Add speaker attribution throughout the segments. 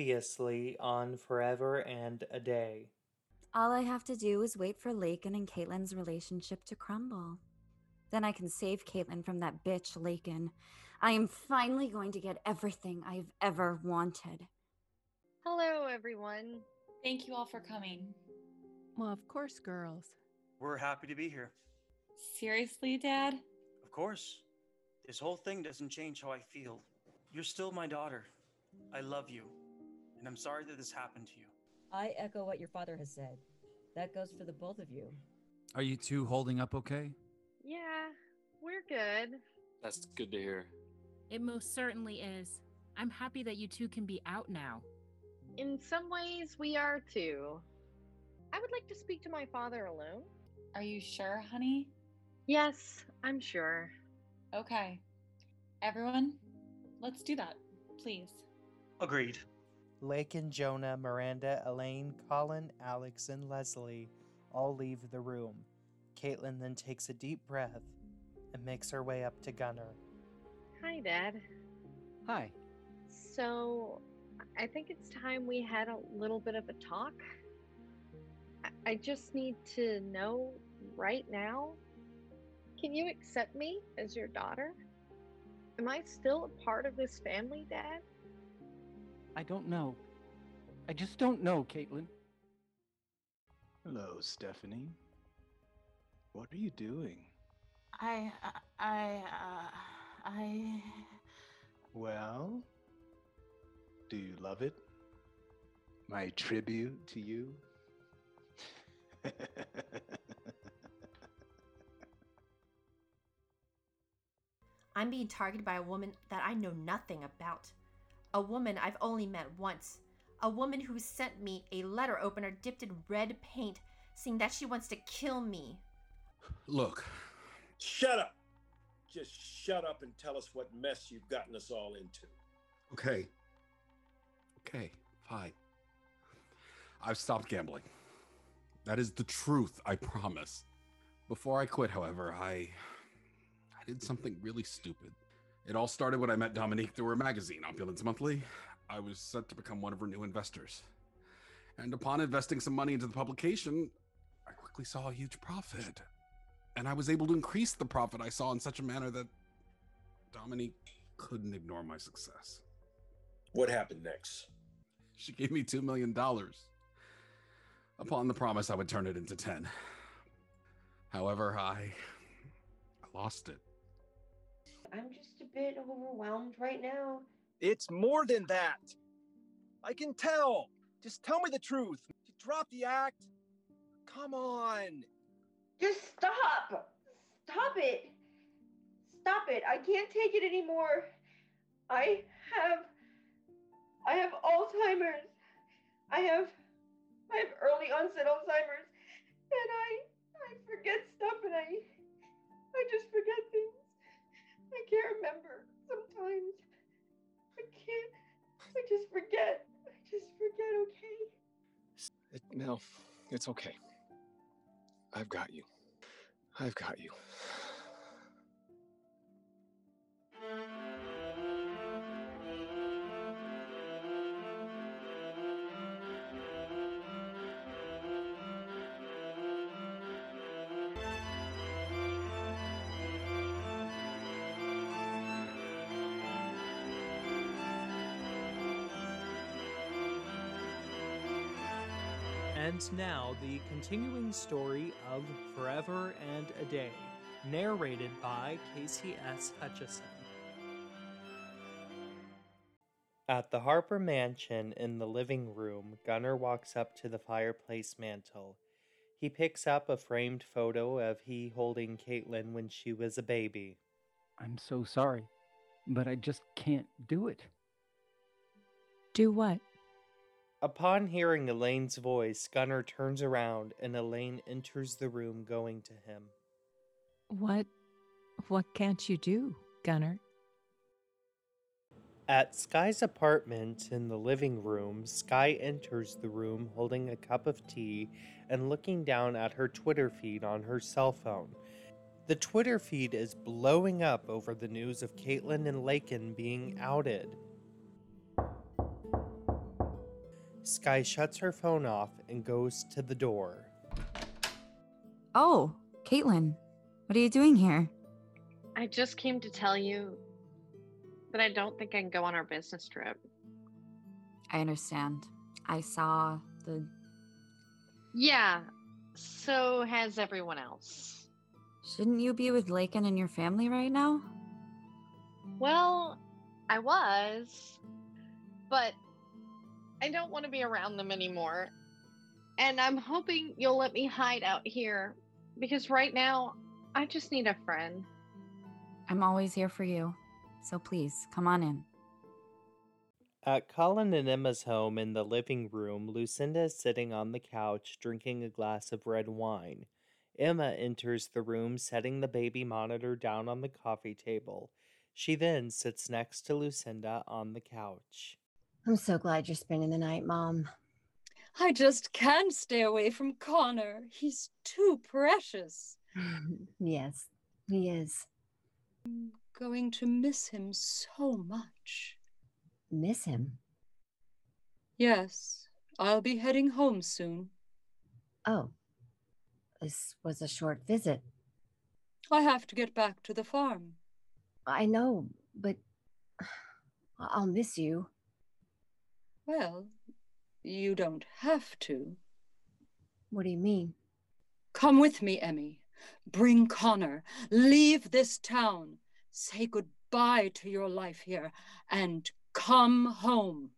Speaker 1: previously on Forever and a Day.
Speaker 2: All I have to do is wait for Lakin and Caitlin's relationship to crumble. Then I can save Caitlin from that bitch, Lakin. I am finally going to get everything I've ever wanted.
Speaker 3: Hello, everyone.
Speaker 4: Thank you all for coming.
Speaker 5: Well, of course, girls.
Speaker 6: We're happy to be here.
Speaker 4: Seriously, Dad?
Speaker 6: Of course. This whole thing doesn't change how I feel. You're still my daughter. I love you. And I'm sorry that this happened to you.
Speaker 7: I echo what your father has said. That goes for the both of you.
Speaker 8: Are you two holding up okay?
Speaker 3: Yeah, we're good.
Speaker 9: That's good to hear.
Speaker 10: It most certainly is. I'm happy that you two can be out now.
Speaker 3: In some ways, we are too. I would like to speak to my father alone.
Speaker 4: Are you sure, honey?
Speaker 3: Yes, I'm sure.
Speaker 4: Okay. Everyone, let's do that, please.
Speaker 6: Agreed.
Speaker 1: Lakin, Jonah, Miranda, Elaine, Colin, Alex, and Leslie all leave the room. Caitlin then takes a deep breath and makes her way up to Gunnar.
Speaker 3: Hi, Dad.
Speaker 11: Hi.
Speaker 3: So, I think it's time we had a little bit of a talk. I- I just need to know right now can you accept me as your daughter? Am I still a part of this family, Dad?
Speaker 11: I don't know. I just don't know, Caitlin.
Speaker 12: Hello, Stephanie. What are you doing?
Speaker 13: I, I, I, uh, I.
Speaker 12: Well, do you love it? My tribute to you?
Speaker 14: I'm being targeted by a woman that I know nothing about. A woman I've only met once. A woman who sent me a letter opener dipped in red paint saying that she wants to kill me.
Speaker 8: Look,
Speaker 15: Shut up. Just shut up and tell us what mess you've gotten us all into.
Speaker 8: okay. Okay, fine. I've stopped gambling. That is the truth, I promise. Before I quit, however, I I did something really stupid. It all started when I met Dominique through her magazine, Opulence Monthly. I was set to become one of her new investors. And upon investing some money into the publication, I quickly saw a huge profit. And I was able to increase the profit I saw in such a manner that Dominique couldn't ignore my success.
Speaker 15: What happened next?
Speaker 8: She gave me $2 million upon the promise I would turn it into 10. However, I, I lost it.
Speaker 16: I'm just a bit overwhelmed right now.
Speaker 17: It's more than that. I can tell. Just tell me the truth. You dropped the act. Come on.
Speaker 16: Just stop. Stop it. Stop it. I can't take it anymore. I have I have Alzheimer's. I have I have early onset Alzheimer's and I I forget stuff and I I just forget things. I can't remember sometimes. I can't I just forget. I just forget, okay?
Speaker 18: It, no, it's okay. I've got you. I've got you.
Speaker 1: And now, the continuing story of Forever and a Day, narrated by Casey S. Hutchison. At the Harper Mansion in the living room, Gunnar walks up to the fireplace mantel. He picks up a framed photo of he holding Caitlin when she was a baby.
Speaker 11: I'm so sorry, but I just can't do it.
Speaker 5: Do what?
Speaker 1: Upon hearing Elaine's voice, Gunnar turns around and Elaine enters the room going to him.
Speaker 5: What? What can't you do, Gunner?
Speaker 1: At Sky's apartment in the living room, Sky enters the room holding a cup of tea and looking down at her Twitter feed on her cell phone. The Twitter feed is blowing up over the news of Caitlin and Lakin being outed. Sky shuts her phone off and goes to the door.
Speaker 2: Oh, Caitlin, what are you doing here?
Speaker 3: I just came to tell you that I don't think I can go on our business trip.
Speaker 2: I understand. I saw the.
Speaker 3: Yeah, so has everyone else.
Speaker 2: Shouldn't you be with Lakin and your family right now?
Speaker 3: Well, I was, but I don't want to be around them anymore. And I'm hoping you'll let me hide out here because right now I just need a friend.
Speaker 2: I'm always here for you. So please, come on in.
Speaker 1: At Uh, Colin and Emma's home in the living room, Lucinda is sitting on the couch drinking a glass of red wine. Emma enters the room, setting the baby monitor down on the coffee table. She then sits next to Lucinda on the couch.
Speaker 9: I'm so glad you're spending the night, Mom.
Speaker 19: I just can't stay away from Connor. He's too precious. Mm-hmm.
Speaker 9: Yes, he is.
Speaker 19: I'm going to miss him so much.
Speaker 9: Miss him.
Speaker 19: Yes, I'll be heading home soon.
Speaker 9: Oh, this was a short visit.
Speaker 19: I have to get back to the farm.
Speaker 9: I know, but I'll miss you.
Speaker 19: Well, you don't have to.
Speaker 9: What do you mean?
Speaker 19: Come with me, Emmy. Bring Connor. Leave this town. Say goodbye to your life here and come home.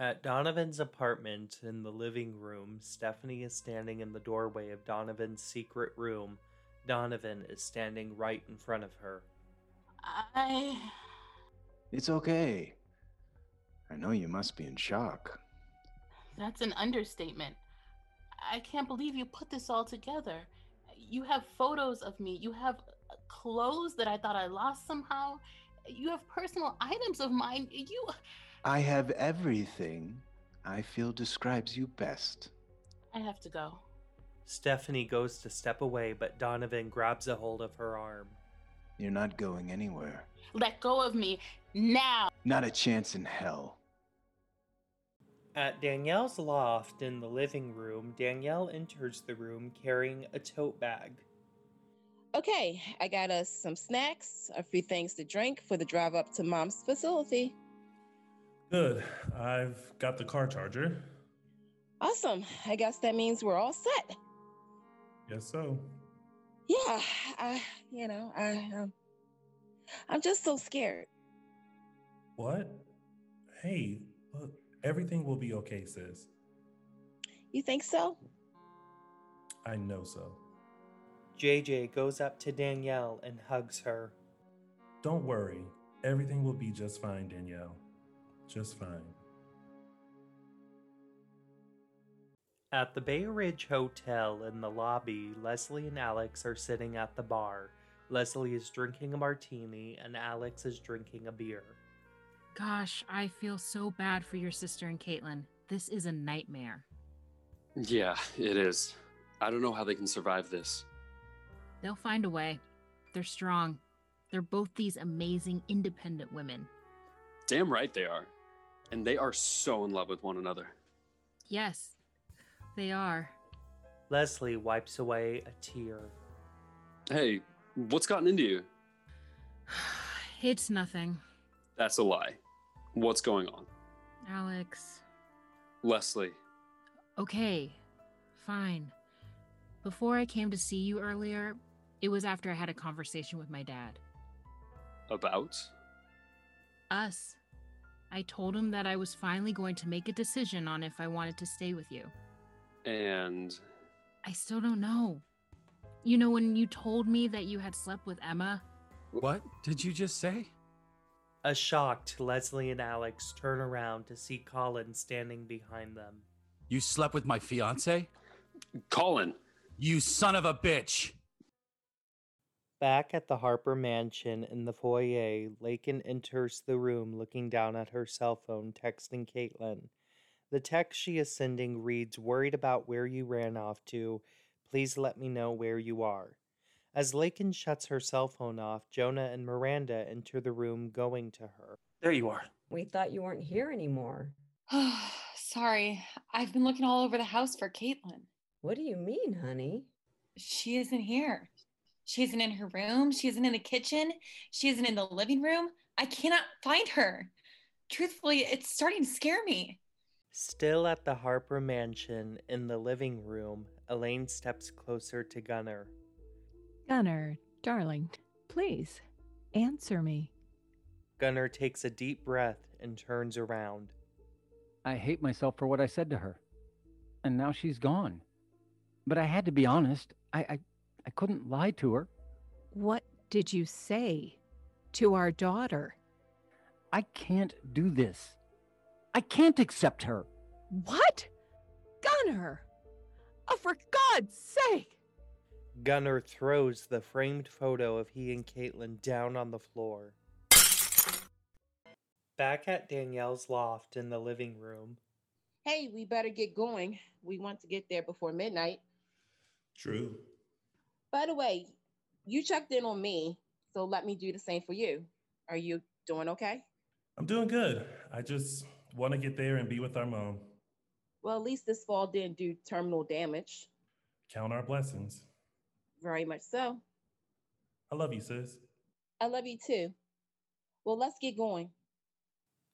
Speaker 1: At Donovan's apartment in the living room, Stephanie is standing in the doorway of Donovan's secret room. Donovan is standing right in front of her.
Speaker 13: I.
Speaker 18: It's okay. I know you must be in shock.
Speaker 13: That's an understatement. I can't believe you put this all together. You have photos of me. You have uh, clothes that I thought I lost somehow. You have personal items of mine. You.
Speaker 18: I have everything I feel describes you best.
Speaker 13: I have to go.
Speaker 1: Stephanie goes to step away, but Donovan grabs a hold of her arm.
Speaker 18: You're not going anywhere.
Speaker 13: Let go of me now.
Speaker 18: Not a chance in hell.
Speaker 1: At Danielle's loft in the living room, Danielle enters the room carrying a tote bag.
Speaker 20: Okay, I got us some snacks, a few things to drink for the drive up to mom's facility.
Speaker 21: Good. I've got the car charger.
Speaker 20: Awesome. I guess that means we're all set.
Speaker 21: Yes, so.
Speaker 20: Yeah, I, you know, I, um, I'm just so scared.
Speaker 21: What? Hey, look, everything will be okay, sis.
Speaker 20: You think so?
Speaker 21: I know so.
Speaker 1: JJ goes up to Danielle and hugs her.
Speaker 21: Don't worry. Everything will be just fine, Danielle. Just fine.
Speaker 1: At the Bay Ridge Hotel in the lobby, Leslie and Alex are sitting at the bar. Leslie is drinking a martini and Alex is drinking a beer.
Speaker 10: Gosh, I feel so bad for your sister and Caitlin. This is a nightmare.
Speaker 22: Yeah, it is. I don't know how they can survive this.
Speaker 10: They'll find a way. They're strong. They're both these amazing, independent women.
Speaker 22: Damn right they are. And they are so in love with one another.
Speaker 10: Yes, they are.
Speaker 1: Leslie wipes away a tear.
Speaker 22: Hey, what's gotten into you?
Speaker 10: It's nothing.
Speaker 22: That's a lie. What's going on?
Speaker 10: Alex.
Speaker 22: Leslie.
Speaker 10: Okay, fine. Before I came to see you earlier, it was after I had a conversation with my dad.
Speaker 22: About?
Speaker 10: Us. I told him that I was finally going to make a decision on if I wanted to stay with you.
Speaker 22: And.
Speaker 10: I still don't know. You know, when you told me that you had slept with Emma.
Speaker 8: What did you just say?
Speaker 1: A shocked Leslie and Alex turn around to see Colin standing behind them.
Speaker 23: You slept with my fiance?
Speaker 22: Colin!
Speaker 23: You son of a bitch!
Speaker 1: Back at the Harper mansion in the foyer, Lakin enters the room looking down at her cell phone, texting Caitlin. The text she is sending reads Worried about where you ran off to. Please let me know where you are. As Lakin shuts her cell phone off, Jonah and Miranda enter the room going to her.
Speaker 6: There you are.
Speaker 7: We thought you weren't here anymore.
Speaker 4: Sorry, I've been looking all over the house for Caitlin.
Speaker 12: What do you mean, honey?
Speaker 4: She isn't here. She isn't in her room. She isn't in the kitchen. She isn't in the living room. I cannot find her. Truthfully, it's starting to scare me.
Speaker 1: Still at the Harper mansion in the living room, Elaine steps closer to Gunnar.
Speaker 5: Gunnar, darling, please answer me.
Speaker 1: Gunnar takes a deep breath and turns around.
Speaker 11: I hate myself for what I said to her. And now she's gone. But I had to be honest. I, I, I couldn't lie to her.
Speaker 5: What did you say to our daughter?
Speaker 11: I can't do this. I can't accept her.
Speaker 5: What? Gunner! Oh, for God's sake!
Speaker 1: Gunnar throws the framed photo of he and Caitlin down on the floor. Back at Danielle's loft in the living room,
Speaker 20: Hey, we better get going. We want to get there before midnight.
Speaker 21: True.
Speaker 20: By the way, you checked in on me, so let me do the same for you. Are you doing okay?
Speaker 21: I'm doing good. I just want to get there and be with our mom.
Speaker 20: Well, at least this fall didn't do terminal damage.
Speaker 21: Count our blessings.
Speaker 20: Very much so.
Speaker 21: I love you, sis.
Speaker 20: I love you too. Well, let's get going.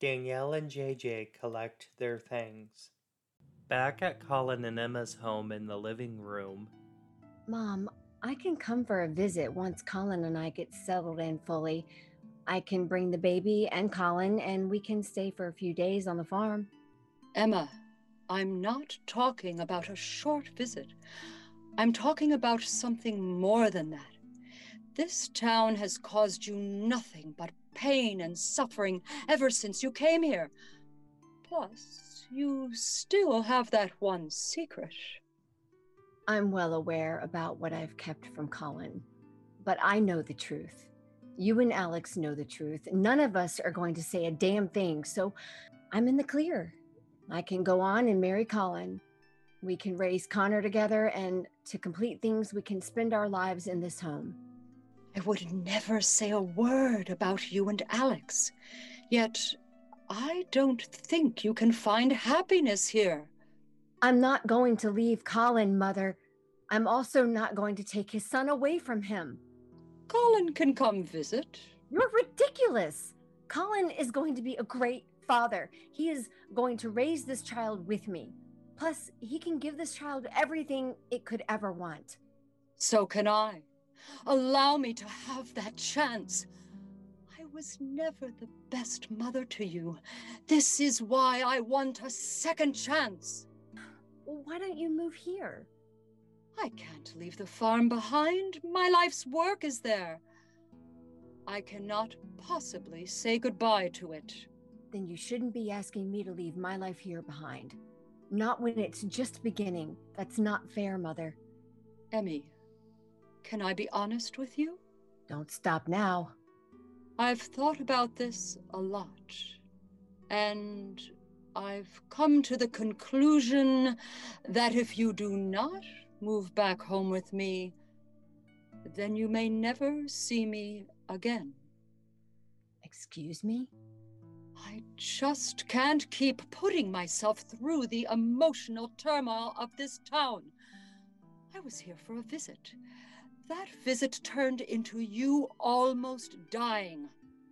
Speaker 1: Danielle and JJ collect their things. Back at Colin and Emma's home in the living room,
Speaker 9: Mom, I can come for a visit once Colin and I get settled in fully. I can bring the baby and Colin, and we can stay for a few days on the farm.
Speaker 19: Emma, I'm not talking about a short visit. I'm talking about something more than that. This town has caused you nothing but pain and suffering ever since you came here. Plus, you still have that one secret.
Speaker 9: I'm well aware about what I've kept from Colin, but I know the truth. You and Alex know the truth. None of us are going to say a damn thing, so I'm in the clear. I can go on and marry Colin. We can raise Connor together, and to complete things, we can spend our lives in this home.
Speaker 19: I would never say a word about you and Alex. Yet, I don't think you can find happiness here.
Speaker 9: I'm not going to leave Colin, Mother. I'm also not going to take his son away from him.
Speaker 19: Colin can come visit.
Speaker 9: You're ridiculous. Colin is going to be a great father. He is going to raise this child with me. Plus, he can give this child everything it could ever want.
Speaker 19: So can I. Allow me to have that chance. I was never the best mother to you. This is why I want a second chance.
Speaker 9: Well, why don't you move here?
Speaker 19: I can't leave the farm behind. My life's work is there. I cannot possibly say goodbye to it.
Speaker 9: Then you shouldn't be asking me to leave my life here behind. Not when it's just beginning. That's not fair, Mother.
Speaker 19: Emmy, can I be honest with you?
Speaker 9: Don't stop now.
Speaker 19: I've thought about this a lot, and I've come to the conclusion that if you do not move back home with me, then you may never see me again.
Speaker 9: Excuse me?
Speaker 19: I just can't keep putting myself through the emotional turmoil of this town. I was here for a visit. That visit turned into you almost dying.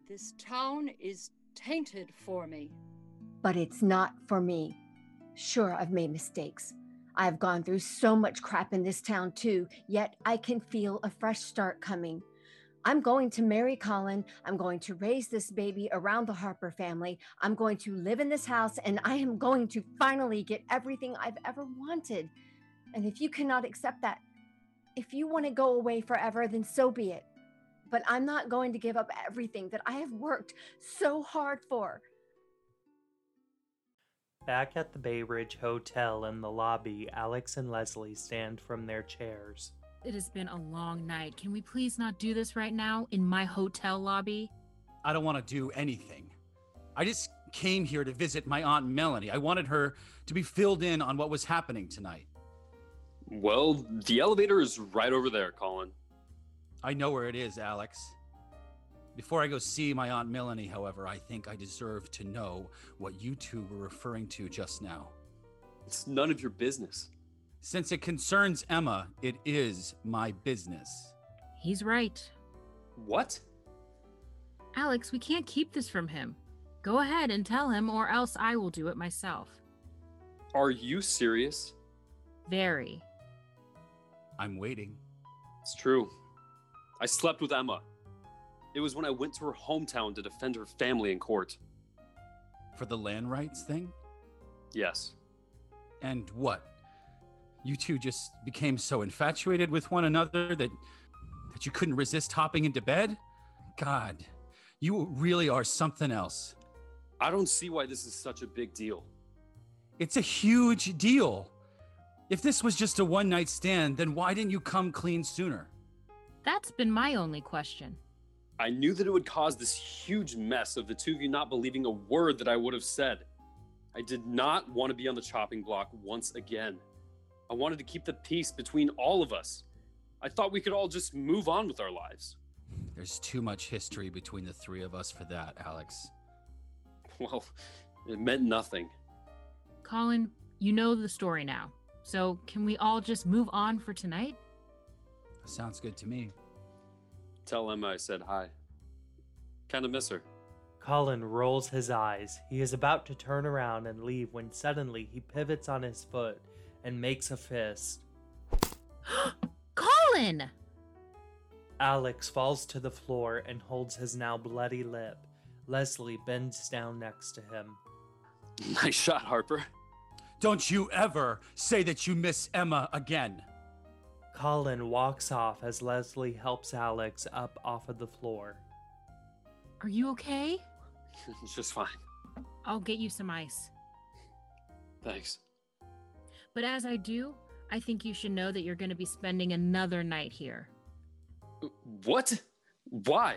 Speaker 19: This town is tainted for me.
Speaker 9: But it's not for me. Sure, I've made mistakes. I've gone through so much crap in this town too, yet I can feel a fresh start coming. I'm going to marry Colin. I'm going to raise this baby around the Harper family. I'm going to live in this house and I am going to finally get everything I've ever wanted. And if you cannot accept that, if you want to go away forever, then so be it. But I'm not going to give up everything that I have worked so hard for.
Speaker 1: back at the Bay Ridge Hotel in the lobby, Alex and Leslie stand from their chairs.
Speaker 10: It has been a long night. Can we please not do this right now in my hotel lobby?
Speaker 23: I don't want to do anything. I just came here to visit my aunt Melanie. I wanted her to be filled in on what was happening tonight.
Speaker 22: Well, the elevator is right over there, Colin.
Speaker 23: I know where it is, Alex. Before I go see my Aunt Melanie, however, I think I deserve to know what you two were referring to just now.
Speaker 22: It's none of your business.
Speaker 23: Since it concerns Emma, it is my business.
Speaker 10: He's right.
Speaker 23: What?
Speaker 10: Alex, we can't keep this from him. Go ahead and tell him, or else I will do it myself.
Speaker 22: Are you serious?
Speaker 10: Very.
Speaker 23: I'm waiting.
Speaker 22: It's true. I slept with Emma. It was when I went to her hometown to defend her family in court.
Speaker 23: For the land rights thing?
Speaker 22: Yes.
Speaker 23: And what? You two just became so infatuated with one another that that you couldn't resist hopping into bed? God, you really are something else.
Speaker 22: I don't see why this is such a big deal.
Speaker 23: It's a huge deal. If this was just a one night stand, then why didn't you come clean sooner?
Speaker 10: That's been my only question.
Speaker 22: I knew that it would cause this huge mess of the two of you not believing a word that I would have said. I did not want to be on the chopping block once again. I wanted to keep the peace between all of us. I thought we could all just move on with our lives.
Speaker 23: There's too much history between the three of us for that, Alex.
Speaker 22: Well, it meant nothing.
Speaker 10: Colin, you know the story now. So can we all just move on for tonight?
Speaker 23: Sounds good to me.
Speaker 22: Tell Emma I said hi. Kind of miss her.
Speaker 1: Colin rolls his eyes. He is about to turn around and leave when suddenly he pivots on his foot and makes a fist.
Speaker 10: Colin!
Speaker 1: Alex falls to the floor and holds his now bloody lip. Leslie bends down next to him.
Speaker 22: Nice shot, Harper.
Speaker 23: Don't you ever say that you miss Emma again.
Speaker 1: Colin walks off as Leslie helps Alex up off of the floor.
Speaker 10: Are you okay?
Speaker 22: it's just fine.
Speaker 10: I'll get you some ice.
Speaker 22: Thanks.
Speaker 10: But as I do, I think you should know that you're going to be spending another night here.
Speaker 22: What? Why?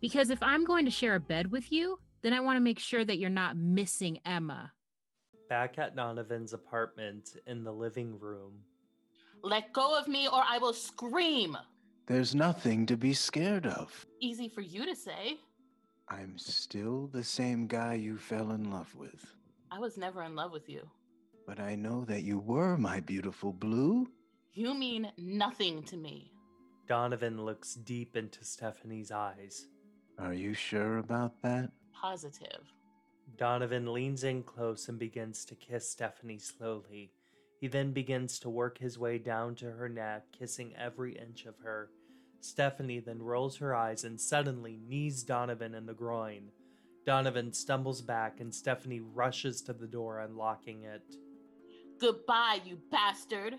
Speaker 10: Because if I'm going to share a bed with you, then I want to make sure that you're not missing Emma.
Speaker 1: Back at Donovan's apartment in the living room.
Speaker 13: Let go of me or I will scream.
Speaker 18: There's nothing to be scared of.
Speaker 13: Easy for you to say.
Speaker 18: I'm still the same guy you fell in love with.
Speaker 13: I was never in love with you.
Speaker 18: But I know that you were my beautiful blue.
Speaker 13: You mean nothing to me.
Speaker 1: Donovan looks deep into Stephanie's eyes.
Speaker 18: Are you sure about that?
Speaker 13: Positive.
Speaker 1: Donovan leans in close and begins to kiss Stephanie slowly. He then begins to work his way down to her neck, kissing every inch of her. Stephanie then rolls her eyes and suddenly knees Donovan in the groin. Donovan stumbles back and Stephanie rushes to the door, unlocking it.
Speaker 13: Goodbye, you bastard.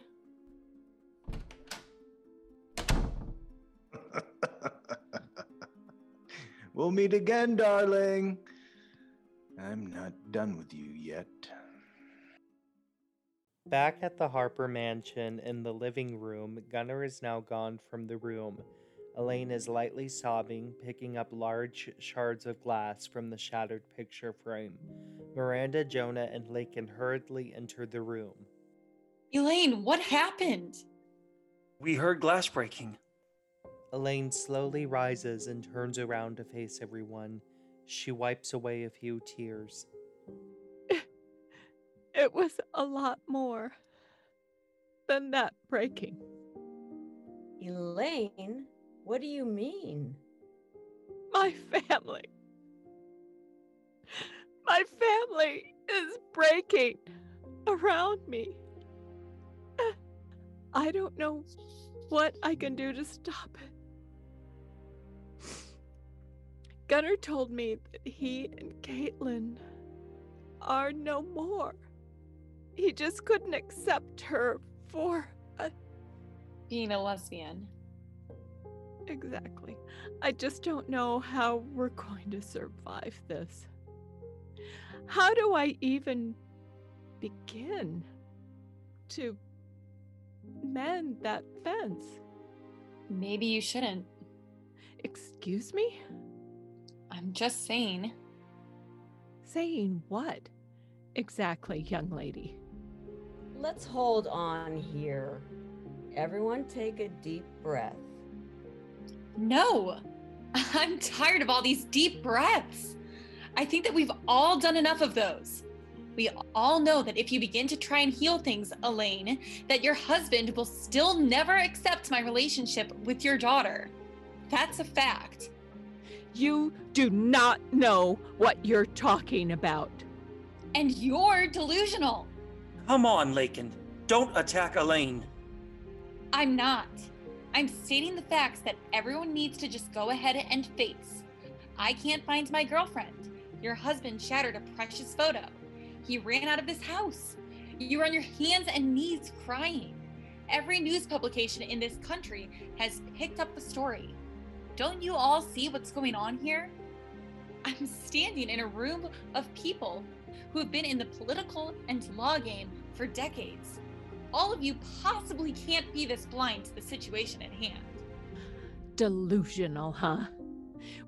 Speaker 18: We'll meet again, darling. I'm not done with you yet.
Speaker 1: Back
Speaker 24: Mm-hmm.
Speaker 1: at the Harper mansion in the living room, Gunnar is now gone from the room. Elaine
Speaker 24: Mm-hmm.
Speaker 1: is lightly sobbing, picking up large shards of glass from the shattered picture frame. Miranda, Jonah, and Lakin hurriedly enter the room.
Speaker 4: Elaine, what happened?
Speaker 24: We heard glass breaking.
Speaker 1: Elaine slowly rises and turns around to face everyone. She wipes away a few tears.
Speaker 25: It was a lot more than that breaking.
Speaker 12: Elaine, what do you mean?
Speaker 25: My family. My family is breaking around me. I don't know what I can do to stop it. Gunnar told me that he and Caitlin are no more. He just couldn't accept her for a...
Speaker 4: Being a lesbian.
Speaker 25: Exactly. I just don't know how we're going to survive this. How do I even begin to mend that fence?
Speaker 4: Maybe you shouldn't.
Speaker 25: Excuse me?
Speaker 4: I'm just saying.
Speaker 25: Saying what? Exactly, young lady.
Speaker 12: Let's hold on here. Everyone take a deep breath.
Speaker 4: No! I'm tired of all these deep breaths. I think that we've all done enough of those. We all know that if you begin to try and heal things, Elaine, that your husband will still never accept my relationship with your daughter. That's a fact.
Speaker 5: You do not know what you're talking about.
Speaker 4: And you're delusional.
Speaker 6: Come on, Lakin. Don't attack Elaine.
Speaker 4: I'm not. I'm stating the facts that everyone needs to just go ahead and face. I can't find my girlfriend. Your husband shattered a precious photo. He ran out of this house. You were on your hands and knees crying. Every news publication in this country has picked up the story. Don't you all see what's going on here? I'm standing in a room of people who have been in the political and law game for decades. All of you possibly can't be this blind to the situation at hand.
Speaker 5: Delusional, huh?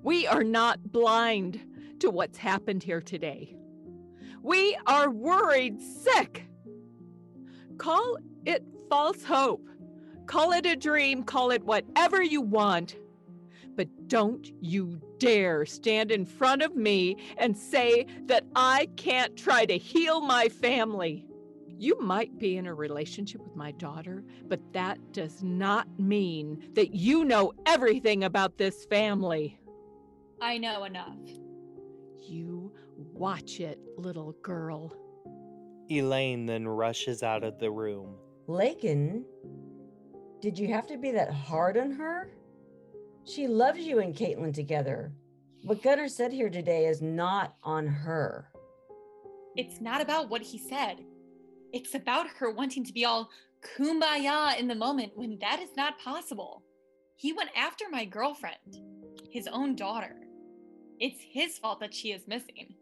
Speaker 5: We are not blind to what's happened here today. We are worried sick. Call it false hope. Call it a dream. Call it whatever you want. But don't you dare stand in front of me and say that I can't try to heal my family. You might be in a relationship with my daughter, but that does not mean that you know everything about this family.
Speaker 4: I know enough.
Speaker 5: You watch it, little girl.
Speaker 1: Elaine then rushes out of the room.
Speaker 12: Lakin, did you have to be that hard on her? She loves you and Caitlin together. What Gunnar said here today is not on her.
Speaker 4: It's not about what he said. It's about her wanting to be all kumbaya in the moment when that is not possible. He went after my girlfriend, his own daughter. It's his fault that she is missing.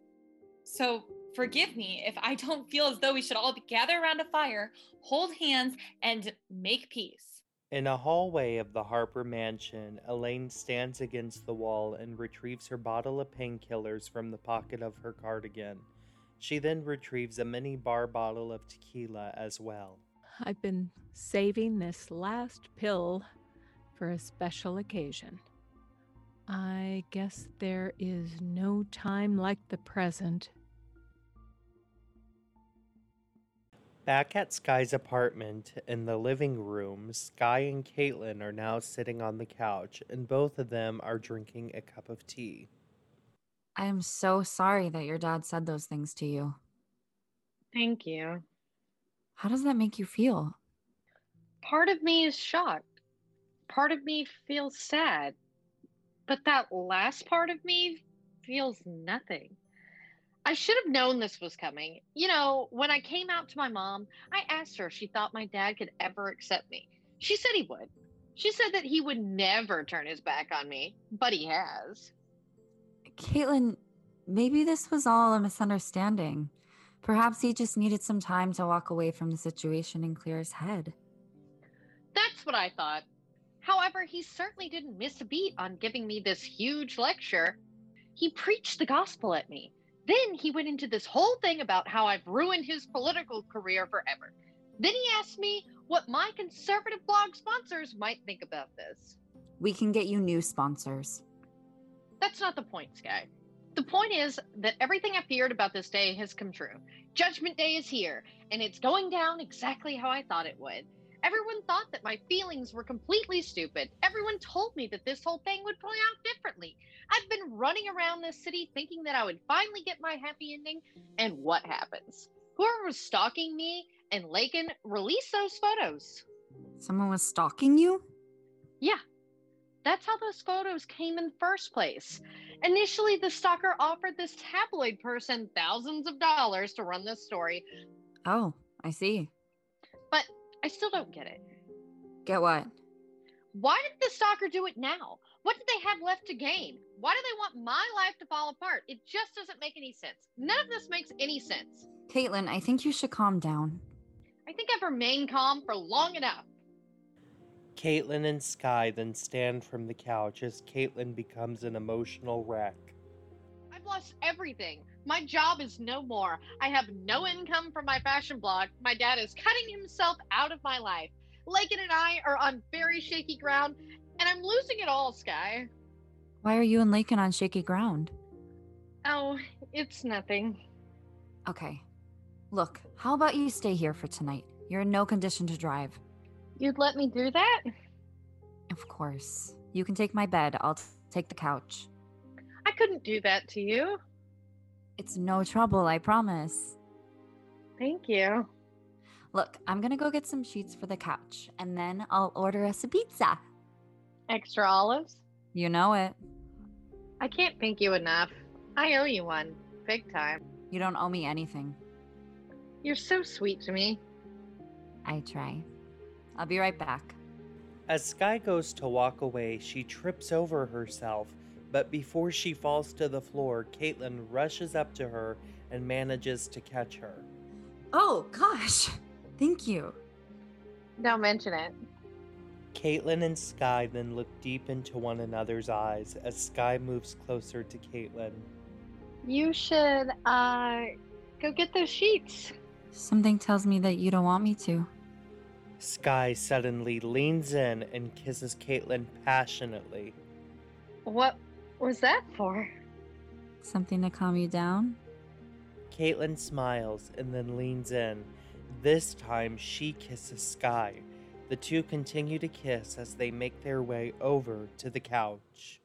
Speaker 4: So forgive me if I don't feel as though we should all gather around a fire, hold hands, and make peace.
Speaker 1: In a hallway of the Harper mansion, Elaine stands against the wall and retrieves her bottle of painkillers from the pocket of her cardigan. She then retrieves a mini bar bottle of tequila as well.
Speaker 5: I've been saving this last pill for a special occasion. I guess there is no time like the present.
Speaker 1: Back at Sky's apartment in the living room, Sky and Caitlin are now sitting on the couch, and both of them are drinking a cup of tea.
Speaker 2: I am so sorry that your dad said those things to you.
Speaker 3: Thank you.
Speaker 2: How does that make you feel?
Speaker 3: Part of me is shocked. Part of me feels sad. But that last part of me feels nothing. I should have known this was coming. You know, when I came out to my mom, I asked her if she thought my dad could ever accept me. She said he would. She said that he would never turn his back on me, but he has.
Speaker 2: Caitlin, maybe this was all a misunderstanding. Perhaps he just needed some time to walk away from the situation and clear his head.
Speaker 3: That's what I thought. However, he certainly didn't miss a beat on giving me this huge lecture. He preached the gospel at me. Then he went into this whole thing about how I've ruined his political career forever. Then he asked me what my conservative blog sponsors might think about this.
Speaker 2: We can get you new sponsors.
Speaker 3: That's not the point, Sky. The point is that everything I feared about this day has come true. Judgment Day is here, and it's going down exactly how I thought it would. Everyone thought that my feelings were completely stupid. Everyone told me that this whole thing would play out differently. I've been running around this city thinking that I would finally get my happy ending, and what happens? Whoever was stalking me and Lakin released those photos.
Speaker 2: Someone was stalking you?
Speaker 3: Yeah, that's how those photos came in the first place. Initially, the stalker offered this tabloid person thousands of dollars to run this story.
Speaker 2: Oh, I see.
Speaker 3: But I still don't get it.
Speaker 2: Get what?
Speaker 3: Why did the stalker do it now? What did they have left to gain? Why do they want my life to fall apart? It just doesn't make any sense. None of this makes any sense.
Speaker 2: Caitlin, I think you should calm down.
Speaker 3: I think I've remained calm for long enough.
Speaker 1: Caitlin and Sky then stand from the couch as Caitlin becomes an emotional wreck.
Speaker 3: I've lost everything. My job is no more. I have no income from my fashion blog. My dad is cutting himself out of my life. Lakin and I are on very shaky ground, and I'm losing it all, Sky.
Speaker 2: Why are you and Lakin on shaky ground?
Speaker 3: Oh, it's nothing.
Speaker 2: Okay. Look, how about you stay here for tonight? You're in no condition to drive.
Speaker 3: You'd let me do that?
Speaker 2: Of course. You can take my bed. I'll t- take the couch.
Speaker 3: I couldn't do that to you.
Speaker 2: It's no trouble, I promise.
Speaker 3: Thank you.
Speaker 2: Look, I'm going to go get some sheets for the couch and then I'll order us a pizza.
Speaker 3: Extra olives?
Speaker 2: You know it.
Speaker 3: I can't thank you enough. I owe you one, big time.
Speaker 2: You don't owe me anything.
Speaker 3: You're so sweet to me.
Speaker 2: I try. I'll be right back.
Speaker 1: As Sky goes to walk away, she trips over herself, but before she falls to the floor, Caitlin rushes up to her and manages to catch her.
Speaker 2: Oh, gosh. Thank you.
Speaker 3: Don't mention it.
Speaker 1: Caitlin and Sky then look deep into one another's eyes as Sky moves closer to Caitlin.
Speaker 3: You should uh go get those sheets.
Speaker 2: Something tells me that you don't want me to.
Speaker 1: Sky suddenly leans in and kisses Caitlin passionately.
Speaker 3: What was that for?
Speaker 2: Something to calm you down?
Speaker 1: Caitlin smiles and then leans in. This time she kisses Sky. The two continue to kiss as they make their way over to the couch.